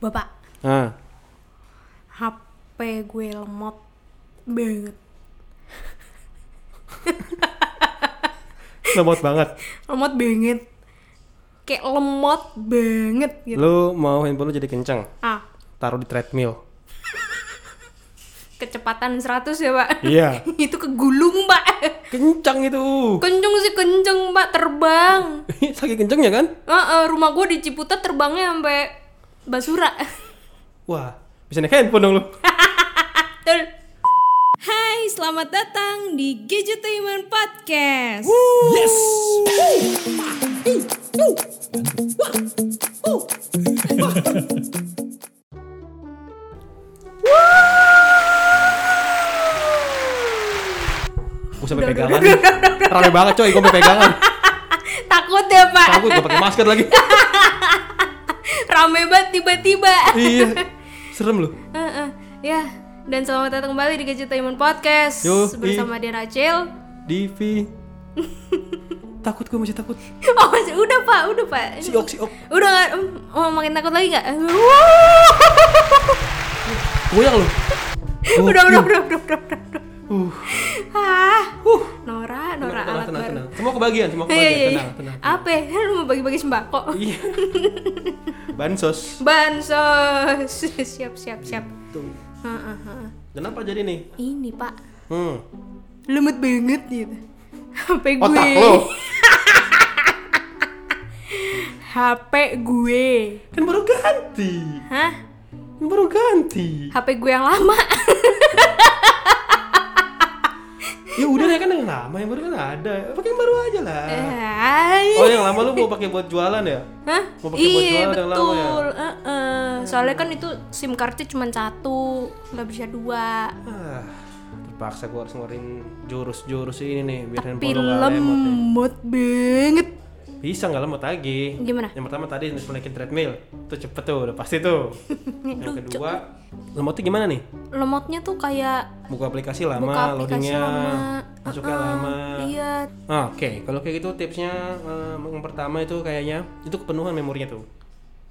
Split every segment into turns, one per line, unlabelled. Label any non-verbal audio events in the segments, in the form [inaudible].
bapak
Nah,
HP gue lemot banget
lemot banget.
lemot banget kayak lemot banget [laughs] gitu
Lu mau handphone lu jadi kenceng,
ah
taruh di treadmill.
kecepatan 100 ya pak
Iya.
[laughs] itu kegulung pak
Kencang itu. [laughs]
kenceng sih kenceng pak terbang
Saking kencengnya kan?
Eh, eh, rumah gue di Ciputat terbangnya sampai Basura [laughs]
Wah, bisa naik handphone dong lu.
Betul. Hai, selamat datang di Gadgetainment Podcast.
Yes. Gue sampai pegangan. nih. Rame banget coy, gue sampai
[laughs]
pegangan.
Takut ya, Pak.
Takut gue pakai masker
[laughs]
lagi.
Rame banget tiba-tiba.
iya. Serem lu.
Eh, eh, Ya, dan selamat datang kembali di Gadgetainment Podcast
Yoi.
bersama dia Rachel.
Divi. takut gue masih takut.
[laughs] Oh, masih- udah Pak, udah Pak.
Siok, siok.
Udah nggak? em, Oh, makin takut lagi nggak? [laughs]
Oh, Goyang lu.
udah, udah, udah, udah, udah, udah, udah.
iya. Uh.
Ah,
Uh.
Nora, Nora
Tenang,
alat
tenang,
baru.
tenang. Semua kebagian, semua
Iya,
kebagian.
iya, iya.
Tenang, tenang.
Apa? ya? Lu mau bagi-bagi sembako?
Iya. Bansos.
Bansos. [laughs] siap, siap, siap.
Tuh.
Heeh, heeh.
Kenapa jadi nih?
Ini pak,
Hmm.
lemot banget gitu. [laughs] HP gue.
Otak lo.
HP gue.
Kan baru ganti.
Hah?
Kan baru ganti.
HP gue yang lama.
Ya udah deh kan yang lama yang baru kan ada. Pakai yang baru aja lah.
Eh. Hai.
Oh yang lama lu mau pakai buat jualan ya?
Hah?
Mau pakai buat
Iya
jualan yang lama ya?
betul. Heeh. Soalnya kan itu SIM cardnya cuma satu, nggak bisa dua.
Ah, terpaksa gua harus ngeluarin jurus-jurus ini nih biar handphone
Tapi
lu nggak ya? lemot. nih.
lemot banget.
Bisa nggak lemot lagi?
Gimana?
Yang pertama tadi naikin treadmill, tuh cepet tuh, udah pasti
[laughs]
tuh. yang kedua, lemotnya gimana nih?
Lemotnya tuh kayak
Buka aplikasi lama,
buka aplikasi
loadingnya,
lama.
masuknya
Heeh.
lama.
Iya.
Ah, Oke, kalau kayak gitu tipsnya eh, yang pertama itu kayaknya itu kepenuhan memorinya tuh.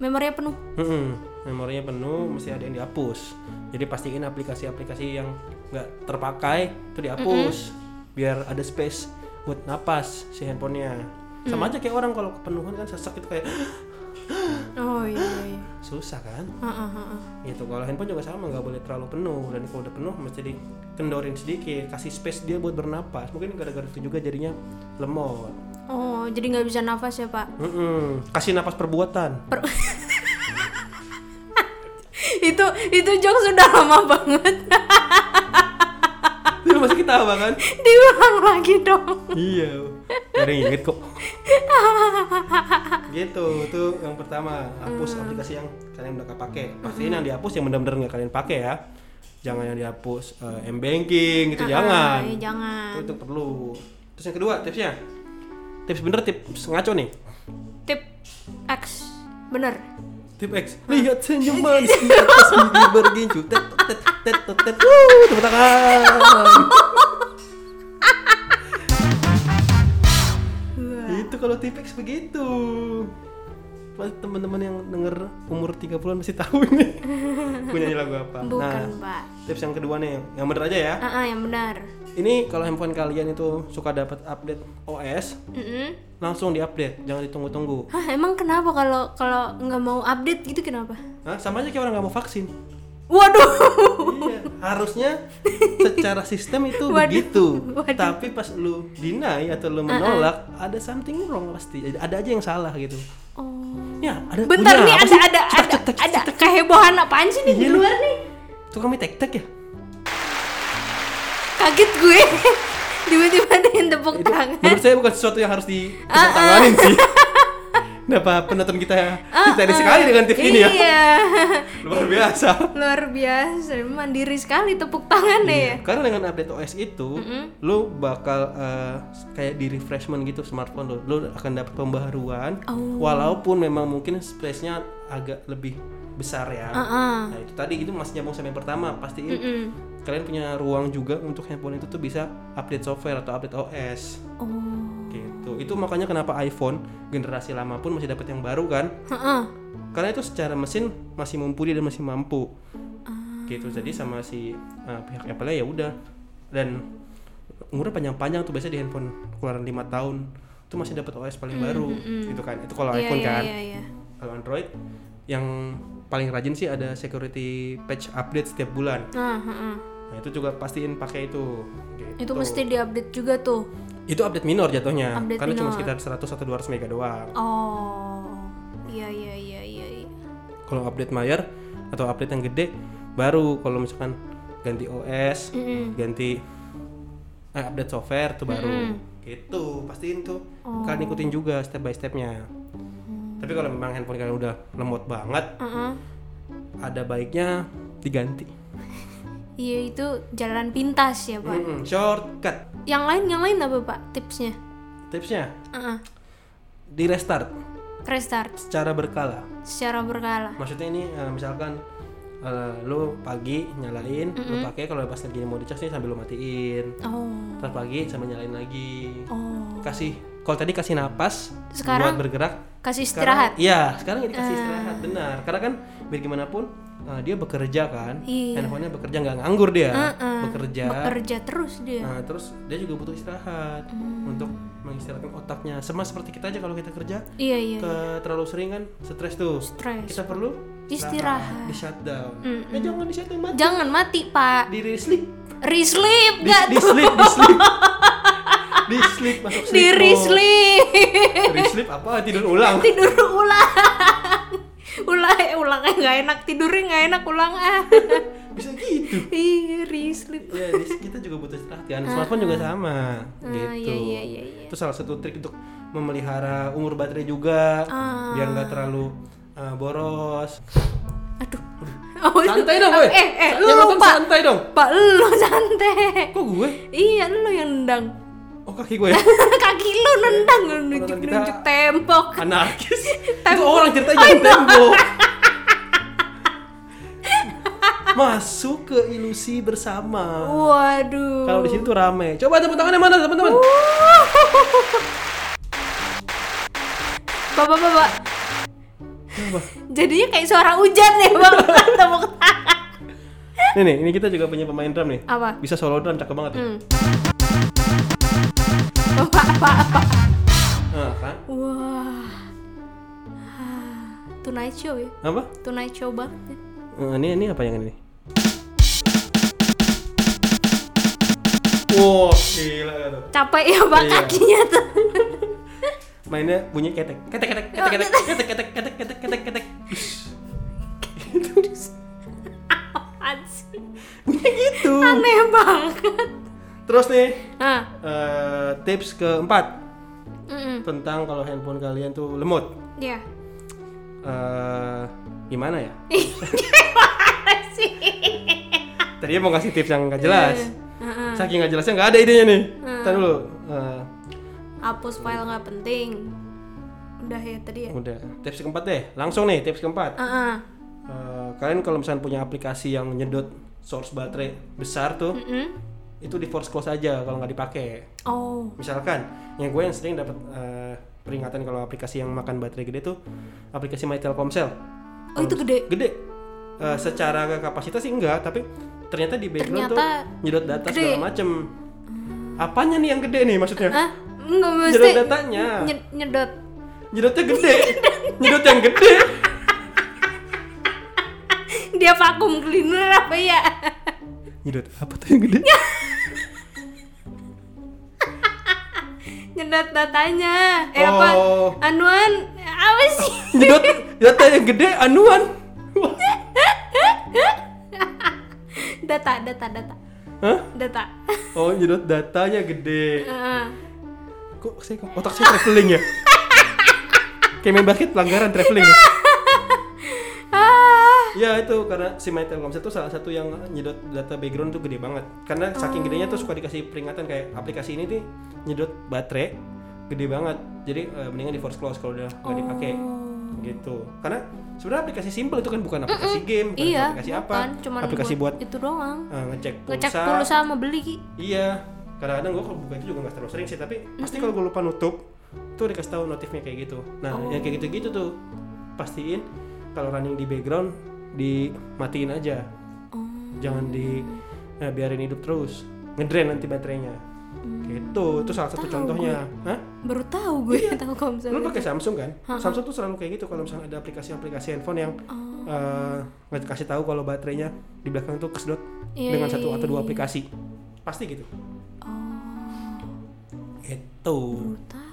Memorinya penuh.
Mm-mm, memorinya penuh, mesti ada yang dihapus. Jadi pastiin aplikasi-aplikasi yang nggak terpakai itu dihapus, biar ada space buat napas si handphonenya. Sama aja kayak orang kalau kepenuhan kan sesak itu kayak
Oh iya. iya.
susah kan?
Heeh, heeh.
Gitu. Kalau handphone juga sama nggak boleh terlalu penuh dan kalau udah penuh mesti dikendorin sedikit, kasih space dia buat bernapas. Mungkin gara-gara itu juga jadinya lemot.
Oh, jadi nggak bisa nafas ya, Pak? [laughs]
Mm-mm, Kasih napas perbuatan.
Per- itu itu jokes sudah lama banget.
[laughs]
[laughs]
Lu masih ketawa kan?
Diulang lagi dong.
iya dari inget kok gitu itu yang pertama hapus aplikasi yang kalian udah gak pakai pastiin yang dihapus yang benar-benar nggak kalian pakai ya jangan yang dihapus m banking
Ah,
gitu jangan
Ay,
itu,
jangan.
itu perlu terus yang kedua tipsnya tips bener tips ngaco nih
Tip X. Bener.
tip X lihat [laughs] senyum manis di atas gigi Iya. bergincu tet tet tet tet tet Wuh, tepuk tangan itu kalau tipex begitu Pasti teman-teman yang denger umur 30-an masih tahu nih [laughs] punya lagu apa Nah,
Bukan, Pak.
tips yang kedua nih yang bener aja ya
Ah, ah, yang benar.
ini kalau handphone kalian itu suka dapat update OS
Mm-mm.
langsung diupdate jangan ditunggu-tunggu
Hah, emang kenapa kalau kalau nggak mau update gitu kenapa?
Hah? sama aja kayak orang nggak mau vaksin
Waduh.
Iya, harusnya secara sistem itu
[laughs] Waduh,
begitu.
waduh.
Tapi pas lu deny atau lu menolak, ada something wrong pasti. Ada- Ada aja yang salah gitu.
Oh.
Ya, ada
Bentar nih
bunyi apa
ada
sih?
ada ada ada kehebohan apaan sih nih di
Iya, lu.
luar nih?
Tukang mie tek-tek ya?
Kaget gue. [laughs] Tiba-tiba ada yang tepuk
Itu
tangan.
menurut saya bukan sesuatu yang harus
Ah,
ditanganin sih. [laughs] Kenapa penonton kita kita sekali dengan TV ini ya?
Ah, Iya. [laughs]
Luar biasa.
Luar biasa, mandiri sekali tepuk tangan ya.
Iya, Karena dengan update OS itu, lu bakal eh, kayak di refreshment gitu smartphone lu. Lu akan dapat pembaharuan walaupun memang mungkin space-nya agak lebih besar ya. Nah, itu tadi itu masih nyambung sama yang pertama. Pastiin kalian punya ruang juga untuk handphone itu tuh bisa update software atau update OS
Oh.
gitu. Itu makanya kenapa iPhone generasi lama pun masih dapat yang baru kan?
Heeh.
Karena itu secara mesin masih mumpuni dan masih mampu.
Ah.
Gitu. Jadi sama si uh, pihak Apple ya udah. Dan umurnya panjang-panjang tuh biasanya di handphone keluaran 5 tahun itu masih dapat OS paling baru gitu kan. Itu kalau
Hmm, Iya,
iPhone
iya,
kan.
iya, iya.
Kalau Android yang paling rajin sih ada security patch update setiap bulan.
Nah, heeh.
Nah, itu juga pastiin pakai itu. Gitu.
Itu mesti diupdate juga tuh.
itu update minor jatuhnya
Update
karena cuma
minor.
sekitar 100 atau 200 mega doang
Oh. Iya iya iya iya. iya.
kalau update mayor atau update yang gede baru kalau misalkan ganti OS ganti eh, update software tuh baru gitu pastiin tuh kalian ikutin juga step by stepnya tapi kalau memang handphone kalian udah lemot banget
Heeh.
ada baiknya diganti
Iya itu jalan pintas ya, Pak.
Mm-mm, shortcut
Yang lain yang lain apa, Pak? Tipsnya?
tipsnya
Heeh.
di restart
Restart
secara berkala
secara berkala.
maksudnya ini eh, misalkan eh, lu pagi nyalain lu pakai kalau pas lagi mau dicas nih sambil lu matiin
Oh.
terus pagi sambil nyalain lagi
Oh.
kasih kalau tadi kasih napas
Sekarang
buat bergerak
Kasih istirahat. Ah.
sekarang- iya sekarang ya dikasih istirahat benar karena kan biar gimana pun eh, dia bekerja kan
Iya.
handphonenya bekerja nggak nganggur dia
Heeh.
bekerja
Bekerja terus dia.
ya. Nah, terus dia juga butuh istirahat
Hmm.
untuk mengistirahatkan otaknya sama seperti kita aja kalau kita kerja
Iya iya.
ke terlalu sering kan stres tuh
Stres.
kita perlu
Istirahat.
di shutdown eh jangan di shutdown mati
Jangan mati, Pak.
di di sleep
Resleep
di,
gak
di sleep di sleep di sleep masuk sleep
Di
mode.
resleep. [laughs]
Di sleep apa tidur ulang
Tidur ulang. ulang eh, ulangnya nggak enak tidurnya nggak enak ulang ah [laughs]
bisa gitu
Ih, resleep
ya di- kita juga butuh istirahat kan smartphone juga sama gitu
Ah. iya, iya, iya, iya.
itu salah satu trik untuk memelihara umur baterai juga
Ah.
biar nggak terlalu uh, boros
aduh [laughs] oh,
santai dong gue
eh eh lu
Yang nonton
lupa
santai dong
pak lu [laughs] santai
kok gue
iya lu yang nendang [laughs]
oh kaki gue ya?
kaki lu nendang nunjuk
Orang kita-
nunjuk tembok
anarkis itu
Tembok.
orang ceritanya jangan tembok masuk ke ilusi bersama
waduh
kalau di sini tuh rame coba tepuk tangannya mana teman-teman
[laughs] Oh. bapak bapak
Coba.
jadinya kayak suara hujan ya
[laughs]
bang tepuk tangan
nih nih ini kita juga punya pemain drum nih
apa
bisa solo drum cakep banget nih.
hmm. bapak apa apa Hmm.
Nah, kan
wah Ah, tonight show ya
apa
tonight show banget ya.
Eh, ini ini apa yang ini wow gila gak tuh
capek ya bang
Iya.
kakinya tuh
mainnya bunyi ketek ketek ketek ketek ketek
Oh.
ketek ketek ketek ketek ketek ketek
Apaan sih?
bunyi gitu
aneh banget
terus nih
ah
eh, tips keempat
mm
tentang kalau handphone kalian tuh lemot
ya
eh gimana ya
[laughs] gimana sih
tadi mau kasih tips yang nggak jelas
Heeh.
saking nggak jelasnya nggak ada idenya nih Ntar dulu Eh,
hapus file nggak penting udah ya tadi ya
udah tips keempat deh langsung nih tips keempat
Heeh.
Eh, kalian kalau misalnya punya aplikasi yang nyedot source baterai besar tuh
Mm-mm.
itu di force close aja kalau nggak dipakai
oh
misalkan yang gue yang sering dapat eh, peringatan kalau aplikasi yang makan baterai gede tuh aplikasi My Telkomsel
oh itu gede
gede Eh, secara kapasitas sih enggak tapi ternyata di background
Ternyata
tuh nyedot data
gede.
segala macem apanya nih yang gede nih maksudnya
ah nggak mesti
nyedot datanya
nyed- nyedot [laughs]
nyedotnya gede nyedot yang gede
dia vakum cleaner apa ya [laughs]
nyedot apa tuh yang gede
nyedot datanya eh apa
Oh.
anuan apa sih [laughs]
nyedot data yang gede anuan Wah.
data data data
Hah?
data
oh nyedot datanya gede
Heeh.
kok saya kok otak saya traveling
[laughs]
ya kayak main basket pelanggaran traveling ya?
ah
Ya itu karena si My Telkomsel itu salah satu yang nyedot data background tuh gede banget. Karena saking gedenya tuh suka dikasih peringatan kayak aplikasi ini nih nyedot baterai gede banget. Jadi eh, mendingan di force close kalau udah nggak dipakai
Oh.
gitu. Karena sebenarnya aplikasi simple itu kan bukan aplikasi game, bukan
iya
aplikasi apa,
bukan, cuman
aplikasi buat,
itu doang
eh, ngecek pulsa.
ngecek pulsa sama beli
Iya. Kadang-kadang gue kalau buka itu juga nggak terlalu sering sih, tapi pasti kalau gue lupa nutup tuh dikasih tahu notifnya kayak gitu nah yang
Oh.
kayak gitu-gitu tuh pastiin kalau running di background dimatiin aja
Oh,
jangan di
Hmm.
eh, biarin hidup terus ngedrain nanti baterainya gitu itu salah satu
Hmm. Tahu
contohnya Hah?
baru tahu gue
Iya.
Telkomsel
lu
itu.
pakai Samsung kan Samsung tuh selalu kayak gitu kalau misalnya ada aplikasi-aplikasi handphone yang
Oh,
eh, nggak dikasih tahu kalau baterainya di belakang tuh kesedot
Iya,
dengan
iya,
satu
iya,
atau dua
iya.
aplikasi pasti gitu
oh
itu
baru tahu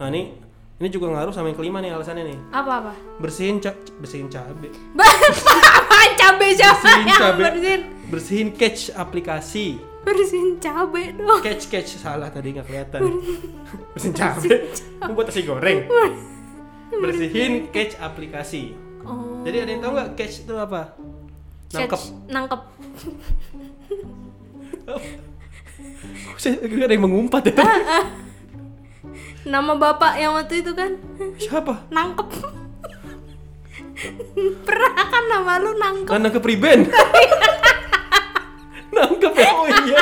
nah ini ini juga ngaruh sama yang kelima nih alasannya nih
apa apa
bersihin ca bersihin cabe
apaan [laughs] cabe siapa
bersihin
yang
cabe
bersihin
bersihin cache aplikasi
bersihin cabe dong
cache cache salah tadi nggak [laughs] kelihatan bersihin cabe mau buat nasi goreng bersihin cache aplikasi
oh
jadi ada yang tahu nggak cache itu apa nangkep
catch- nangkep
[laughs] Saya kira ada yang mengumpat ya
nama bapak yang waktu itu kan
siapa
nangkep [laughs] pernah kan nama lu nangkep
karena ke priben nangkep ya oh iya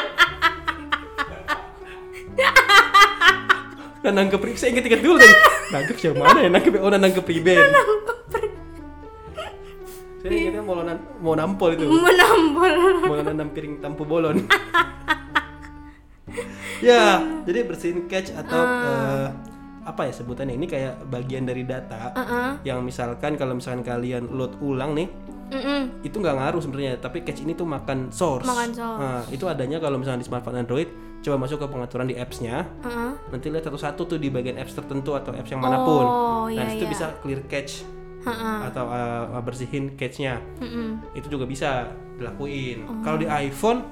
Nah, nangkep priben, saya inget-inget dulu tadi Nangkep siapa mana ya, nangkep ya, oh nah, nangkep priben Saya ingetnya mau, nan- mau nampol itu
menampol
mau nanam piring tampu bolon ya jadi bersihin cache atau eh, apa ya sebutannya ini kayak bagian dari data
Heeh.
yang misalkan kalau misalkan kalian load ulang nih
Mm-mm.
itu nggak ngaruh sebenarnya tapi cache ini tuh makan source,
Makan source.
Nah, itu adanya kalau misalkan di smartphone Android coba masuk ke pengaturan di appsnya
Heeh.
nanti lihat satu-satu tuh di bagian apps tertentu atau apps yang manapun
Oh,
nah
iya,
itu
iya.
bisa clear cache
Heeh.
atau eh, bersihin cache-nya
Mm-mm. Oh.
itu juga bisa dilakuin. Kalau di iPhone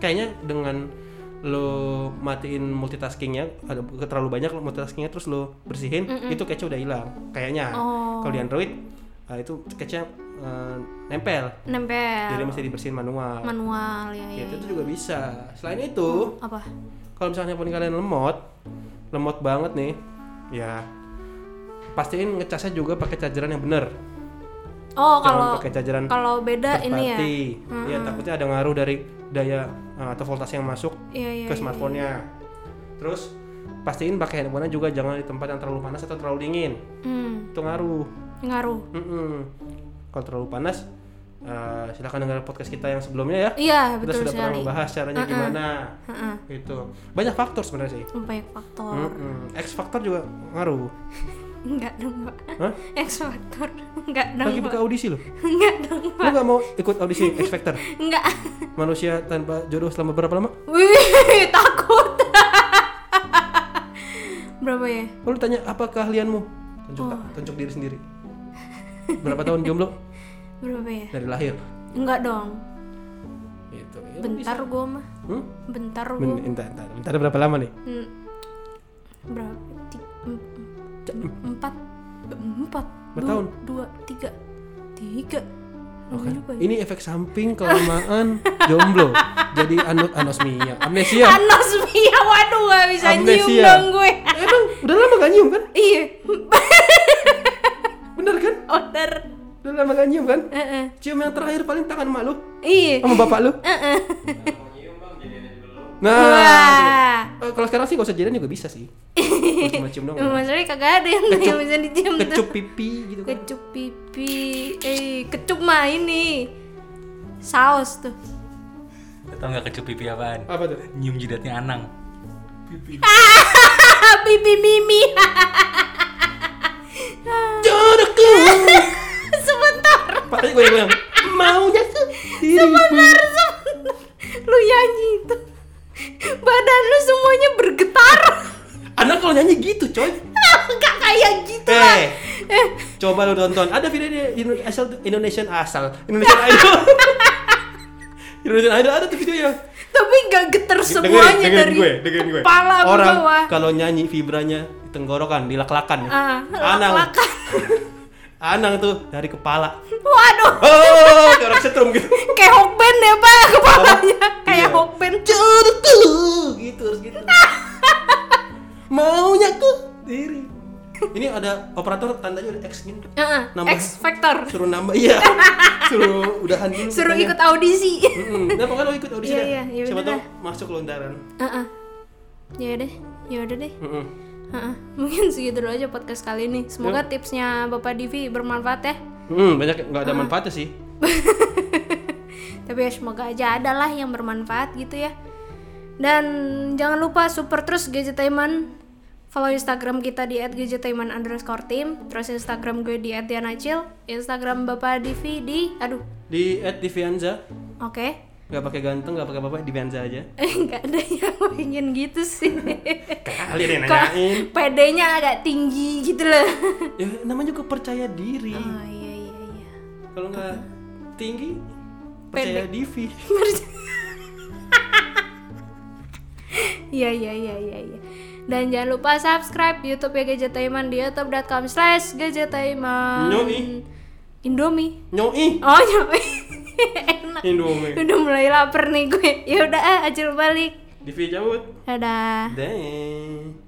kayaknya dengan lo matiin multitaskingnya ada terlalu banyak multitaskingnya terus lo bersihin itu cache udah hilang kayaknya.
Oh.
Kalau di Android eh, itu cache-nya eh, nempel jadi
nempel
mesti dibersihin manual.
manual ya, ya,
Ya, itu
ya.
tuh juga bisa. Selain itu
apa
kalau misalnya handphone kalian lemot lemot banget nih ya pastiin ngecasnya juga pakai chargeran yang bener
oh kalau
jangan pakai chargeran
kalau beda
third
ini ya
party. Iya, takutnya ada ngaruh dari daya uh, atau voltase yang masuk
Iya, iya,
ke
iya.
smartphone-nya. Terus pastiin pakai handphone juga jangan di tempat yang terlalu panas atau terlalu dingin.
Hmm,
Itu ngaruh.
ngaruh.
Mm-mm. Kalau terlalu panas uh, silahkan dengar podcast kita yang sebelumnya ya.
Iya,
kita
betul
sudah pernah
sekali.
membahas caranya gimana.
Heeh.
Gitu. Banyak faktor sebenarnya sih.
Banyak faktor.
Mm-mm. X faktor juga ngaruh.
Enggak dong, Pak.
Hah?
[laughs] X faktor. Enggak dong,
Lagi
Pak.
buka audisi loh.
Enggak dong,
Lu gak mau ikut audisi X Factor? [laughs]
enggak.
Manusia tanpa jodoh selama berapa lama?
Wih, [laughs] takut. Berapa ya?
Lalu tanya apa keahlianmu? Tunjuk,
Oh.
tunjuk diri sendiri. Berapa tahun jomblo?
Berapa ya?
Dari lahir.
Enggak dong.
Gitu. Ya,
Bentar gua mah.
Hmm?
Bentar gua.
Ben- entar, entar, Bentar berapa lama nih?
Hmm. Berapa? Ti- em- em- Empat. Empat.
Berapa
Dua-
tahun?
Dua, tiga. Tiga.
Oh, kan?
Lupa ya.
Ini efek samping kelamaan [laughs] jomblo. Jadi anut anosmia, amnesia.
Anosmia, waduh gak bisa nyium
Amnesia.
dong gue
Emang udah lama gak nyium kan?
Iya, [laughs]
Bener kan?
order
Udah lama gak nyium kan?
Heeh.
Cium yang terakhir paling tangan emak lu
Iya [laughs]
sama bapak lu.
Heeh.
Nah,
Wah
eh, kalau sekarang sih gak usah jadian juga bisa
[laughs]
sih. Kalau Cuma cium doang.
Masalahnya kagak ada yang,
Kecup.
yang bisa dicium tuh.
Kecup pipi gitu kan.
Kecup pipi Eh, kecup mah ini Saus tuh [laughs]
Atau nggak kecup pipi apaan?
Apa tuh?
Nyium jidatnya Anang.
Ah, pipi mimi [laughs]
Jodohku.
[laughs] Sebentar
Pasti gue yang bilang maunya sendiri.
Lu nyanyi itu Badan lu semuanya bergetar [laughs]
Anak kalau nyanyi gitu coy.
Gak kayak gitu lah
Eh,
Eh,
coba lu tonton. Ada video dia Indo- asal Indonesian asal
[laughs]
Indonesian Idol. Indonesian Idol ada tuh ya. videonya.
tapi gak getar semuanya dari kepala ke
Orang
bawah.
kalau nyanyi vibranya di tenggorokan, dilak-lakan.
Ah,
Anang.
lak-lakan.
[laughs] Anang tuh dari kepala. [laughs]
Waduh,
Oh, kayak orang setrum gitu.
kayak hokben ya pak kepalanya, kayak
Iya.
hokben.
jodohku gitu harus gitu maunya ku diri ini ada operator tandanya udah X gitu
Heeh,
Nambah.
Uh-uh, X Factor,
suruh nambah iya suruh udahan dulu
suruh
katanya.
ikut
[laughs]
audisi.
Mm-mm. nah pokoknya lo ikut audisi
Iya,
dah.
iya, iya
siapa
bener
tau
dah.
masuk lontaran
Heeh, ya deh, ya udah deh.
Mm-mm.
Ha-ha. mungkin segitu dulu aja podcast kali ini semoga tipsnya bapak Divi bermanfaat ya
Hmm, banyak nggak ada
Ah.
manfaatnya sih.
tapi ya semoga aja ada lah yang bermanfaat gitu ya dan jangan lupa super terus gadgetainment follow instagram kita di @gadgetainment underscore team terus instagram gue di @dianacil instagram bapak Divi di aduh
Di @divianza
oke [laughs]
nggak pakai ganteng, nggak pakai apa-apa, Divianza aja.
nggak ada yang pengen gitu sih
Kali deh
kok
nanyain.
PD-nya agak tinggi gitu loh
Ya namanya juga percaya diri.
oh iya iya iya
Kalau nggak tinggi percaya Divi.
Iya iya iya iya iya. Dan jangan lupa subscribe YouTube ya Gadgetaiman di youtube.com slash Gadgetaiman
Nyoi.
Indomie
Nyoi
Oh nyoi [laughs] Enak
Iya. Indomie.
Udah mulai lapar nih gue Ya udah ah, acil balik
Divi cabut.
Dadah
Deh.